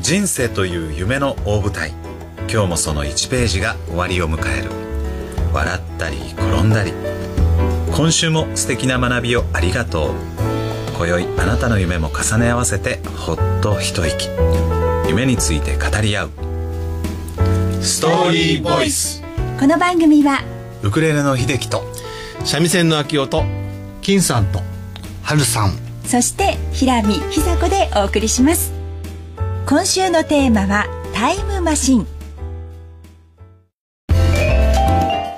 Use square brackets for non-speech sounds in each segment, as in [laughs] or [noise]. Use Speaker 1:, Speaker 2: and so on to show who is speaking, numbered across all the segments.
Speaker 1: 人生という夢の大舞台今日もその1ページが終わりを迎える笑ったり転んだり今週も素敵な学びをありがとう今宵あなたの夢も重ね合わせてほっと一息夢について語り合う
Speaker 2: ストーリーボイス
Speaker 3: この番組は
Speaker 1: ウクレレの秀樹と
Speaker 2: 三味線の秋音
Speaker 4: 金さんと春さん
Speaker 3: そして平見久子でお送りします今週のテーマはタイムマシン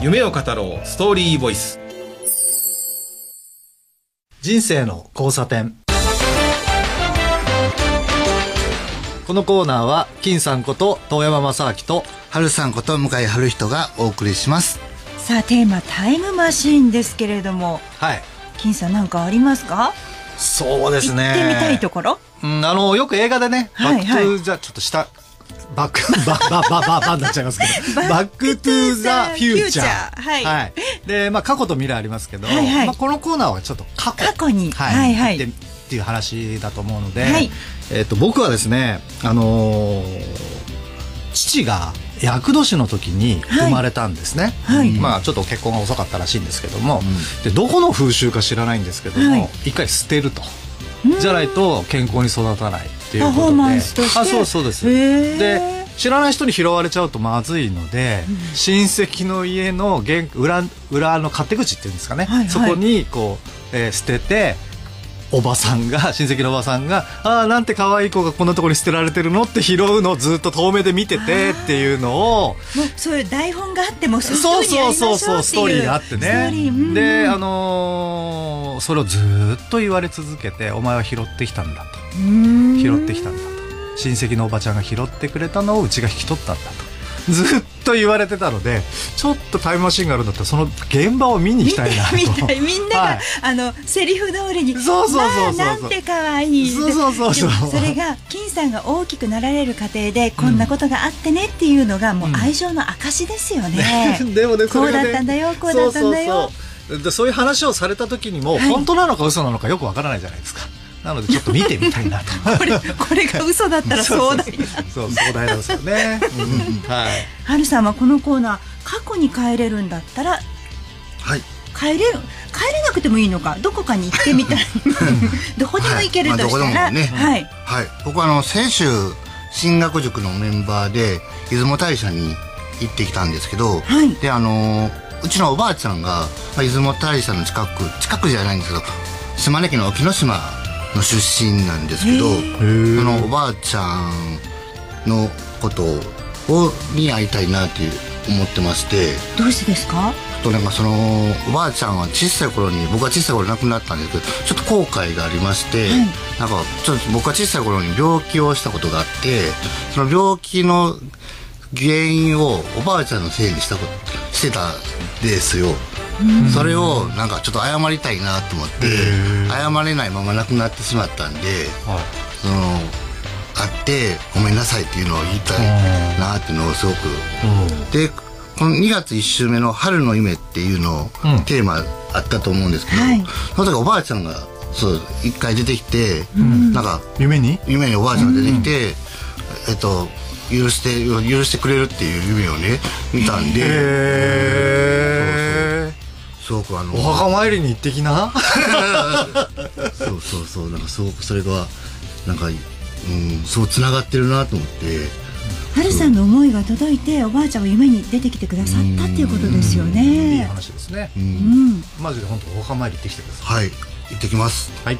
Speaker 2: 夢を語ろうストーリーボイス
Speaker 4: 人生の交差点このコーナーは金さんこと遠山正明と
Speaker 5: 春さんこと向井春人がお送りします
Speaker 3: さあテーマタイムマシンですけれども
Speaker 4: はい
Speaker 3: 金さんなんかありますか
Speaker 4: そうで
Speaker 3: 行
Speaker 4: す
Speaker 3: っ
Speaker 4: ね
Speaker 3: てみたいところ
Speaker 4: うん、あのよく映画でね「
Speaker 3: はい
Speaker 4: バック・ト
Speaker 3: は
Speaker 4: ゥ・ザ」ちょっと下バック [laughs] バババババになっちゃいますけど「
Speaker 3: [laughs]
Speaker 4: バック・トゥ・ザ・フューチャー」
Speaker 3: はい
Speaker 4: でまあ過去と未来ありますけど、
Speaker 3: はいはい
Speaker 4: まあ、このコーナーはちょっと過去
Speaker 3: 過去には
Speaker 4: はいい
Speaker 3: はい
Speaker 4: でっていう話だと思うので、
Speaker 3: はい
Speaker 4: えっと僕はですね、あのー父が厄年の時に生まれたんですね、
Speaker 3: はいはい
Speaker 4: まあ、ちょっと結婚が遅かったらしいんですけども、でどこの風習か知らないんですけども、
Speaker 3: はい
Speaker 4: 一回捨てると。じゃないと健康に育たないっていうことで
Speaker 3: パフォーマンスとして
Speaker 4: あそうそうです
Speaker 3: へー
Speaker 4: で知らない人に拾われちゃうとまずいので、親戚の家の玄裏裏の勝手口っていうんですかね、
Speaker 3: はいはい
Speaker 4: そこにこう、えー捨てておばさんが [laughs] 親戚のおばさんが「ああなんて可愛い子がこんなところに捨てられてるの?」って拾うのをずっと遠目で見ててっていうのを。
Speaker 3: もうそういう台本があってもそ
Speaker 4: [laughs] そう
Speaker 3: いううふうにや
Speaker 4: そ
Speaker 3: り
Speaker 4: う
Speaker 3: ましょ
Speaker 4: そううそうストーリーがあって
Speaker 3: ストーリーうん
Speaker 4: ねであのーそれをずーっと言われ続けて「お前は拾ってきたんだ」と
Speaker 3: うん
Speaker 4: 拾ってきたんだと親戚のおばちゃんが拾ってくれたのをうちが引き取ったんだとずっと言われてたのでちょっとタイムマシンがあるんだったらその現場を見に行きたいなと
Speaker 3: [laughs] みたいみんなが、
Speaker 4: はい
Speaker 3: あのセリフ通りに
Speaker 4: そうそうそうそう
Speaker 3: まあなんて可愛い
Speaker 4: そうそうそうそう
Speaker 3: でもそれが金さんが大きくなられる過程でこんなことがあってねっていうのがもう
Speaker 4: うん
Speaker 3: 愛情の証ですよね、
Speaker 4: で [laughs] もね
Speaker 3: こうだったんだよこうだったんだよ
Speaker 4: そうそうそうでそういう話をされた時にも、
Speaker 3: はい
Speaker 4: 本当なのか嘘なのかよくわからないじゃないですかなのでちょっと見てみたいなと
Speaker 3: [laughs] これこれが嘘だったら壮大な
Speaker 4: そう壮大なんですよね、うんはい
Speaker 3: はるさんはこのコーナー過去に帰れるんだったら
Speaker 5: はい
Speaker 3: 帰れる帰れなくてもいいのかどこかに行って
Speaker 4: [laughs]
Speaker 3: みたいどこでも行けるとしたら、
Speaker 5: はいまあどこでもね
Speaker 3: はい
Speaker 5: はい僕はあの先週進学塾のメンバーで出雲大社に行ってきたんですけど、
Speaker 3: はい
Speaker 5: であのうちのおばあちゃんが、まあ、出雲大社の近く近くじゃないんですけど島根県の沖ノ島の出身なんですけど
Speaker 4: ー
Speaker 5: あのおばあちゃんのことをに会いたいなっていう思ってまして。
Speaker 3: どうしてですか
Speaker 5: ちょっとなんかそのおばあちゃんは小さい頃に僕は小さい頃亡くなったんですけどちょっと後悔がありまして、なんかちょっと僕は小さい頃に病気をしたことがあってその病気の原因をおばあちゃんのせいにしたことしてたんですよ。それをなんかちょっと謝りたいなと思って謝れないまま亡くなってしまったんでその会ってごめんなさいっていうのを言いたいなっていうのをすごくでこの2月1週目の「春の夢」っていうのをテーマあったと思うんですけど、
Speaker 3: はい
Speaker 5: その時おばあちゃんがそう一回出てきて、なんか
Speaker 4: 夢に
Speaker 5: 夢におばあちゃんが出てきて、えっと許して許してくれるっていう夢をね見たんで
Speaker 4: へえ
Speaker 5: すごくあの
Speaker 4: お墓参りに行ってきな
Speaker 5: そうそうそうなんかすごくそれがなんか、うん、そうつながってるなと思って
Speaker 3: はるさんの思いが届いておばあちゃんは夢に出てきてくださったっていうことですよ
Speaker 4: いい
Speaker 3: ね
Speaker 4: 話ですね、
Speaker 3: うん
Speaker 4: マジで本当お墓参り行ってきてくださ
Speaker 5: はい行ってきます
Speaker 4: いはい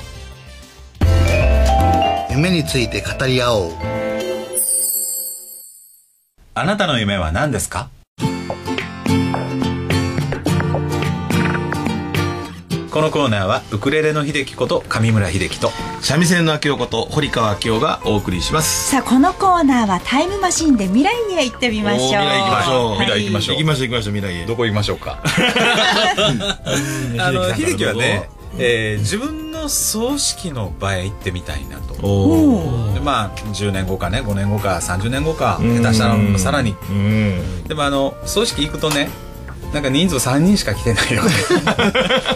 Speaker 5: 夢について語り合おう
Speaker 1: あなたの夢は何ですかこのコーナーはウクレレの秀樹こと上村秀樹と
Speaker 2: 三味線の秋音と堀川秋夫がお送りします
Speaker 3: さあこのコーナーはタイムマシンで未来に行ってみましょう
Speaker 2: おー未来行きましょう、
Speaker 3: はい
Speaker 1: 未来行きましょう
Speaker 2: 行きましょう行きましょう未来へ
Speaker 1: どこ行きましょう
Speaker 2: [laughs]
Speaker 1: かあの秀樹はね、えー自分の葬式の場へ行ってみたいなと
Speaker 2: おー
Speaker 1: でまあ10年後かね5年後か30年後か下手したらさらに
Speaker 2: うん
Speaker 1: でもあの葬式行くとねなんか人数3人しか来てないよ
Speaker 2: [laughs]
Speaker 1: ね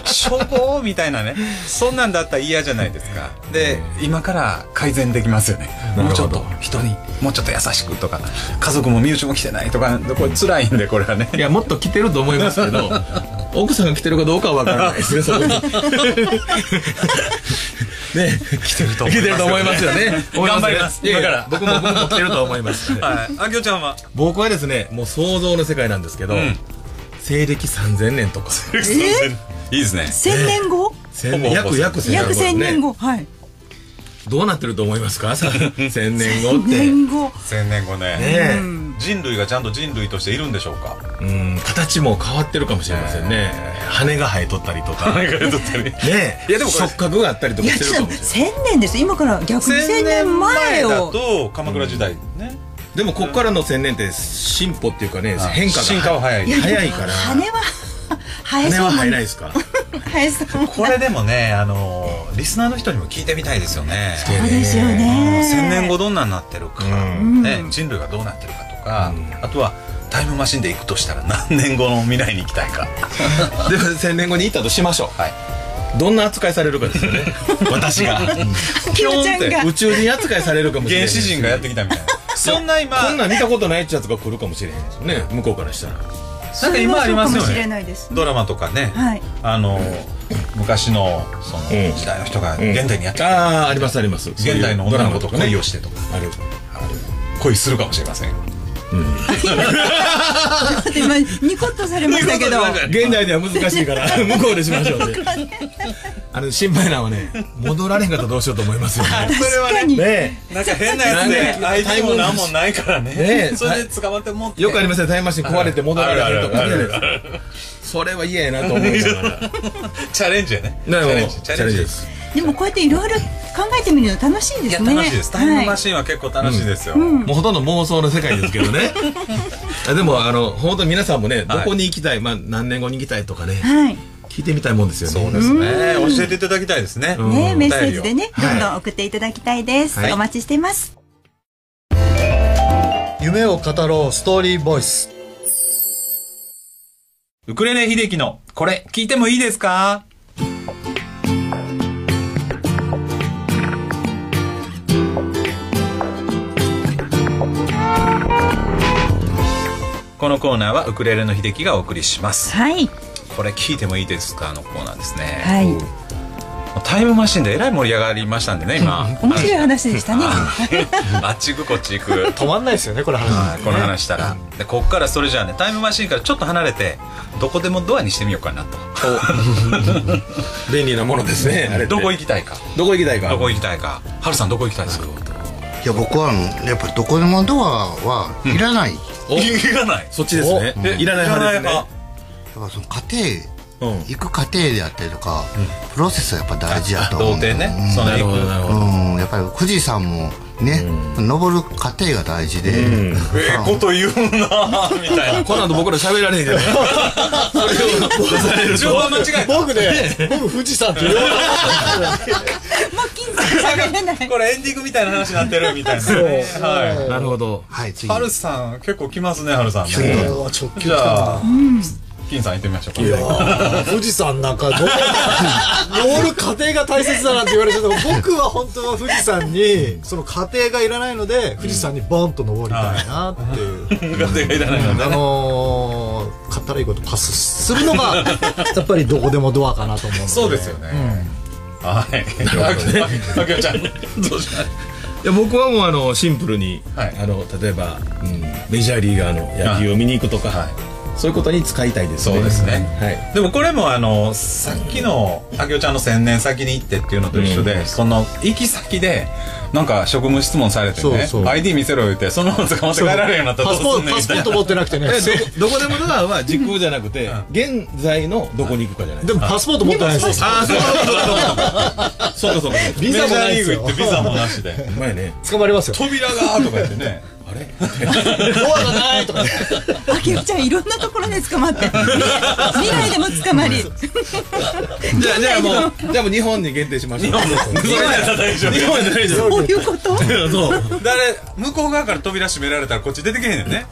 Speaker 1: しょぼーみたいなねそんなんだったら嫌じゃないですかで今から改善できますよね
Speaker 2: なる
Speaker 1: もう
Speaker 2: ほ
Speaker 1: ち
Speaker 2: ど
Speaker 1: ょっと人にもうちょっと優しくとか家族も身内も来てないとかこれ辛いんでこれはね
Speaker 2: いやもっと来てると思いますけ
Speaker 1: [laughs]
Speaker 2: ど奥さんが来てるかどうかは分からないですねそこにね来てると思います、来てると思いますよね
Speaker 1: 頑張ります
Speaker 2: いやいや
Speaker 1: 今から
Speaker 2: 僕も僕も来てると思います、
Speaker 1: はいあきょちゃんは
Speaker 2: 僕はですねもう想像の世界なんですけど、
Speaker 1: ん
Speaker 2: 西暦3000年とか
Speaker 1: いいですね
Speaker 3: 千年後
Speaker 2: 千年約約1000
Speaker 3: 約千年
Speaker 2: 年後
Speaker 3: 後はい
Speaker 2: どうなってると思います
Speaker 1: [laughs]
Speaker 2: かさ1000年後って
Speaker 3: 年後
Speaker 1: 1000年後ね
Speaker 2: ねえ
Speaker 1: 人類がちゃんと人類としているんでしょうか
Speaker 2: うん形も変わってるかもしれませんね羽が生えとったりとかねえ
Speaker 1: いやでもこれ
Speaker 2: 触覚があったりと
Speaker 3: い
Speaker 2: か
Speaker 3: や
Speaker 2: してる
Speaker 3: ち
Speaker 2: か
Speaker 3: ょっ
Speaker 2: も
Speaker 3: と
Speaker 2: しれない
Speaker 3: 千年です今から逆に千年前を
Speaker 1: と鎌倉時代ね
Speaker 2: でもこっからの1000年って進歩っていうかね
Speaker 1: あ
Speaker 2: 変化が
Speaker 1: 進化は早い
Speaker 2: い早いから
Speaker 3: 羽は生え
Speaker 2: 羽
Speaker 3: そう
Speaker 2: は
Speaker 3: な
Speaker 2: 生え
Speaker 3: ん
Speaker 2: ない
Speaker 3: で
Speaker 2: ですか
Speaker 3: 生えそう
Speaker 1: これでもねあのリスナーの人にも聞いてみたいですよね
Speaker 3: そうですよね
Speaker 1: 1000年後どんなになってるか、
Speaker 2: うん
Speaker 1: ね、人類がどうなってるかとか、
Speaker 2: うん
Speaker 1: あとはタイムマシンで行くとしたら何年後の未来に行きたい
Speaker 3: [laughs]
Speaker 1: か
Speaker 2: でも1000年後に行ったとしましょう
Speaker 1: はい
Speaker 2: どんな扱いされるかですよね私が
Speaker 3: キヨちゃんが
Speaker 2: 宇宙人扱いされるかもしれな
Speaker 1: 原
Speaker 2: い
Speaker 1: 始人がやってきたみたいなそんな今
Speaker 2: こんなん見たことないってやつが来るかもしれへんですよね向こうからしたら
Speaker 1: なんか今ありますよ
Speaker 3: それはそうかもしれ
Speaker 1: ね
Speaker 3: ないです
Speaker 1: ドラマとかね、
Speaker 3: はい
Speaker 1: あの昔のその
Speaker 2: うん
Speaker 1: 時代の人が
Speaker 2: うん
Speaker 1: 現代にやってきた、
Speaker 2: ああありますあります
Speaker 1: 現代の女の子と恋をしててとか
Speaker 2: ある
Speaker 1: 恋するかもしれません
Speaker 3: だって今ニコッとされましたけど
Speaker 2: 現代では難しいから向こうでしましょうねあの心配なのはね戻られへんかったらどうしようと思いますよね
Speaker 3: 確かに
Speaker 2: ね
Speaker 1: なんか変な
Speaker 2: やつで相手も何も
Speaker 1: ないからね
Speaker 2: ねえそれで
Speaker 1: 捕まってもっ
Speaker 2: よくありますねタイムマシン壊れて戻られへんとか
Speaker 1: あ
Speaker 2: ね
Speaker 1: るあるあ
Speaker 2: それは嫌やなと思いながら
Speaker 1: [laughs] チャレンジやね
Speaker 2: でもチャレンジです
Speaker 3: でもこうやっていろいろ考えてみるの楽しいで
Speaker 1: いや
Speaker 3: すね
Speaker 1: 楽しいですタイムマ
Speaker 3: シ
Speaker 1: シンは結構楽しいですよ、
Speaker 2: もうほとんど妄想の世界ですけどね [laughs] あでもあの本当に皆さんもねどこに行きたい、まあ、何年後に行きたいとかね
Speaker 3: はい
Speaker 2: 聞いてみたいもんですよね
Speaker 1: そうですね。教えていただきたいですね。
Speaker 2: ん
Speaker 3: ね
Speaker 2: う
Speaker 3: メッセージでね
Speaker 2: お
Speaker 3: ど
Speaker 2: 便
Speaker 3: ん
Speaker 2: りを
Speaker 3: どん送っていただきたいです
Speaker 2: はい
Speaker 3: お待ちしています
Speaker 4: 夢を語ろうストーリーボイス
Speaker 1: ウクレレ秀樹のこれ聞いてもいいですか？このコーナーはウクレレの秀樹がお送りします。
Speaker 3: はい
Speaker 1: これ聞いてもいいですかのコーナーですね。
Speaker 3: はい
Speaker 1: タイムマシンでえらい盛り上がりましたんでね今。
Speaker 2: [laughs]
Speaker 3: 面白い話でしたね
Speaker 1: あっち行くこっち行く。
Speaker 4: 止まんないですよねこれ話
Speaker 1: はいこの話したら、でこっからそれじゃあねタイムマシンからちょっと離れてどこでもドアにしてみようかなと
Speaker 2: 便利なものですねあれって
Speaker 1: どこ行きたいか
Speaker 2: どこ行きたいか
Speaker 1: どこ行きたいかハルさんどこ行きたいですか
Speaker 5: いや僕はやっぱりどこでもドアはいらない、
Speaker 2: お
Speaker 1: 行かない
Speaker 2: そっちですね
Speaker 5: お
Speaker 2: えいらない派ですね
Speaker 5: だからその家庭、
Speaker 2: うん
Speaker 5: 行く過程であったりとか、プロセスはやっぱ大事やと思
Speaker 1: 童
Speaker 5: うんだよ
Speaker 1: 貞ねその
Speaker 2: なるほどなるほ
Speaker 5: う
Speaker 2: ど
Speaker 5: ん、やっぱり富士山もね、登る過程が大事で、
Speaker 1: ええこと言うなみ
Speaker 2: [laughs]
Speaker 1: たい
Speaker 2: この後僕ら喋られへんけ
Speaker 1: [laughs]
Speaker 2: どそれを殺される
Speaker 1: 情報間違えた
Speaker 4: 僕ね僕富士山って言わな
Speaker 3: もう金属されない
Speaker 1: これエンディングみたいな話になってるみたいなねは
Speaker 2: なるほど
Speaker 5: [laughs] はい次
Speaker 1: いハルさん結構来ますねハルさんね
Speaker 5: 次どうぞ
Speaker 4: 直球
Speaker 1: じゃあ金さん行ってみましょうか
Speaker 4: 富士山なんかどう登る過程が大切だなんて言われてても僕は本当は富士山にその過程がいらないので富士山にボンと登りたいなっていう、
Speaker 1: 家庭がいらないので
Speaker 4: あ
Speaker 1: ね
Speaker 4: のー、かったらいいことパスするのが [laughs] やっぱりどこでもドアかなと思うので
Speaker 1: そうですよねはいあきょちゃんどうします
Speaker 2: いや僕はもうあのシンプルに、
Speaker 1: はい
Speaker 2: あの例えば、うんメジャーリーガーの野球を見に行くとか、
Speaker 1: はい
Speaker 2: そういうことに使いたいですね
Speaker 1: そうですね
Speaker 2: はい
Speaker 1: でもこれもあのさっきのあきおちゃんの千年先に行ってっていうのと一緒で、その行き先でなんか職務質問されてね
Speaker 4: そうそう
Speaker 1: ID 見せろ言ってそのまま捕まって帰られるようになったら
Speaker 4: パ
Speaker 1: ど
Speaker 4: スポ
Speaker 1: うすん
Speaker 4: ー
Speaker 1: ねん
Speaker 4: トパ
Speaker 1: み
Speaker 4: ス
Speaker 1: たい
Speaker 4: ポー
Speaker 1: な
Speaker 4: ト持ってなくてね
Speaker 2: えどどこでもドアは時空じゃなくて、現在のどこに行くかじゃない
Speaker 4: でもパスポート持ってないですよ
Speaker 2: ああそうそうそうそうそうかそうか
Speaker 4: ビザもないです
Speaker 1: メジャーリーグ
Speaker 4: よ
Speaker 1: 行ってビザもなしで
Speaker 2: 前ね
Speaker 4: 捕まりますよ
Speaker 1: 扉がとか言って [laughs] ねあれ
Speaker 4: ドアがないとか
Speaker 3: あきらちゃんいろんなところで捕まって未来でも捕まり
Speaker 2: じゃあじゃあもうじゃあもう日本に限定しましょう
Speaker 1: 日本やったら大丈
Speaker 2: 日
Speaker 1: 夫
Speaker 2: 本じゃないですよ
Speaker 3: こういうこと
Speaker 2: そう
Speaker 1: 誰向こう側から扉閉められたらこっち出てけへんねんね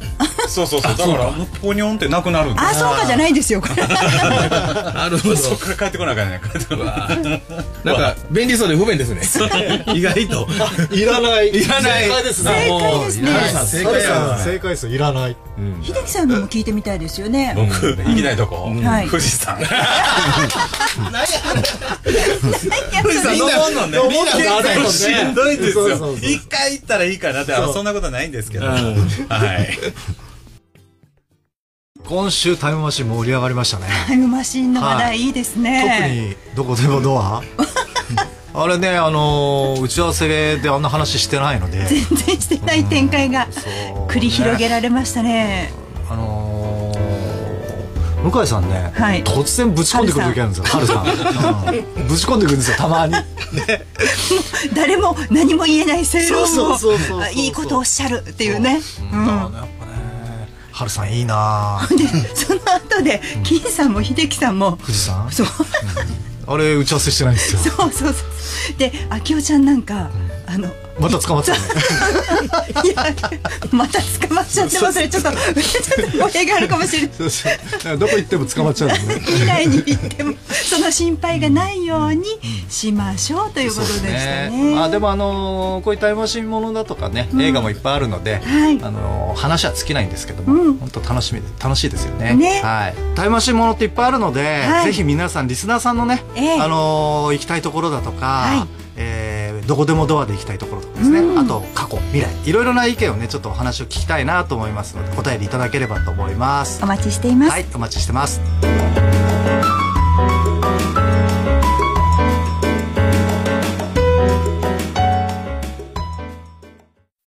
Speaker 1: そうそうそうだからもうポニョンってなくなるんだ
Speaker 3: あそうかじゃないんですよこれ
Speaker 2: [laughs] なるほど
Speaker 1: そっから帰ってこなきゃね帰ってこない
Speaker 2: なんか便利そうで不便ですね [laughs] 意外と
Speaker 4: いらない
Speaker 2: いらない
Speaker 6: 正解ですね
Speaker 2: 正
Speaker 3: 解ですね
Speaker 2: 正
Speaker 4: 正解
Speaker 2: 解
Speaker 4: 数
Speaker 2: や
Speaker 4: 正解数いらない
Speaker 3: 秀樹さんのも聞いてみたいですよね
Speaker 1: 僕行きたいとこ [laughs]
Speaker 3: はい
Speaker 1: 富士山
Speaker 3: 富士
Speaker 1: みんな登んのね
Speaker 4: みんな登るもんね
Speaker 1: しんどいんですよ
Speaker 4: そうそうそう
Speaker 1: 一回行ったらいいかなってあそんなことないんですけどはい
Speaker 4: 今週タイムマシン盛り上がりましたね
Speaker 3: タイムマシンの話題いいです
Speaker 4: 特
Speaker 3: ね、
Speaker 4: にどこでもド [laughs] アあれねあのー打ち合わせであんな話してないので
Speaker 3: 全然してない展開が繰り広げられましたね
Speaker 4: あのー向井さんね、
Speaker 3: はい
Speaker 4: 突然ぶち込んでくる時あるんですよ春さんうんぶち込んでくるんですよたまに
Speaker 3: 誰も何も言えない正論
Speaker 4: そうそうそうそうそう
Speaker 3: をあいいことをおっしゃるっていうねうん
Speaker 4: やっぱね春さんいいなぁ
Speaker 3: でその後で金さんも秀樹さんも
Speaker 4: 富士山
Speaker 3: そう
Speaker 4: あれ打ち合わせしてないんですよ
Speaker 3: そうそうそうで秋代ちゃんなんかあの
Speaker 4: また捕まって [laughs] るね
Speaker 3: いやまた捕まっちゃってますねちょっとちょっと語弊があるかもしれない
Speaker 4: そうそうだからどこ行っても捕まっちゃうんですね
Speaker 3: 未来に行ってもその心配がないようにしましょうということでしたね
Speaker 4: まあでもあのーこういうタイムマシンものだとかね、映画もいっぱいあるので、
Speaker 3: はい
Speaker 4: あのー話は尽きないんですけども、本当楽しみで楽しいですよね
Speaker 3: ね
Speaker 4: はい、タイムマシンものっていっぱいあるので、
Speaker 3: はい
Speaker 4: ぜひ皆さんリスナーさんのね、
Speaker 3: ええ
Speaker 4: あのー行きたいところだとか、
Speaker 3: はい
Speaker 4: えーどこでもドアで行きたいところとかですね、あと過去未来いろいろな意見をねちょっとお話を聞きたいなと思いますのでお便りいただければと思います
Speaker 3: お待ちしています
Speaker 4: はいお待ちしてます
Speaker 3: 「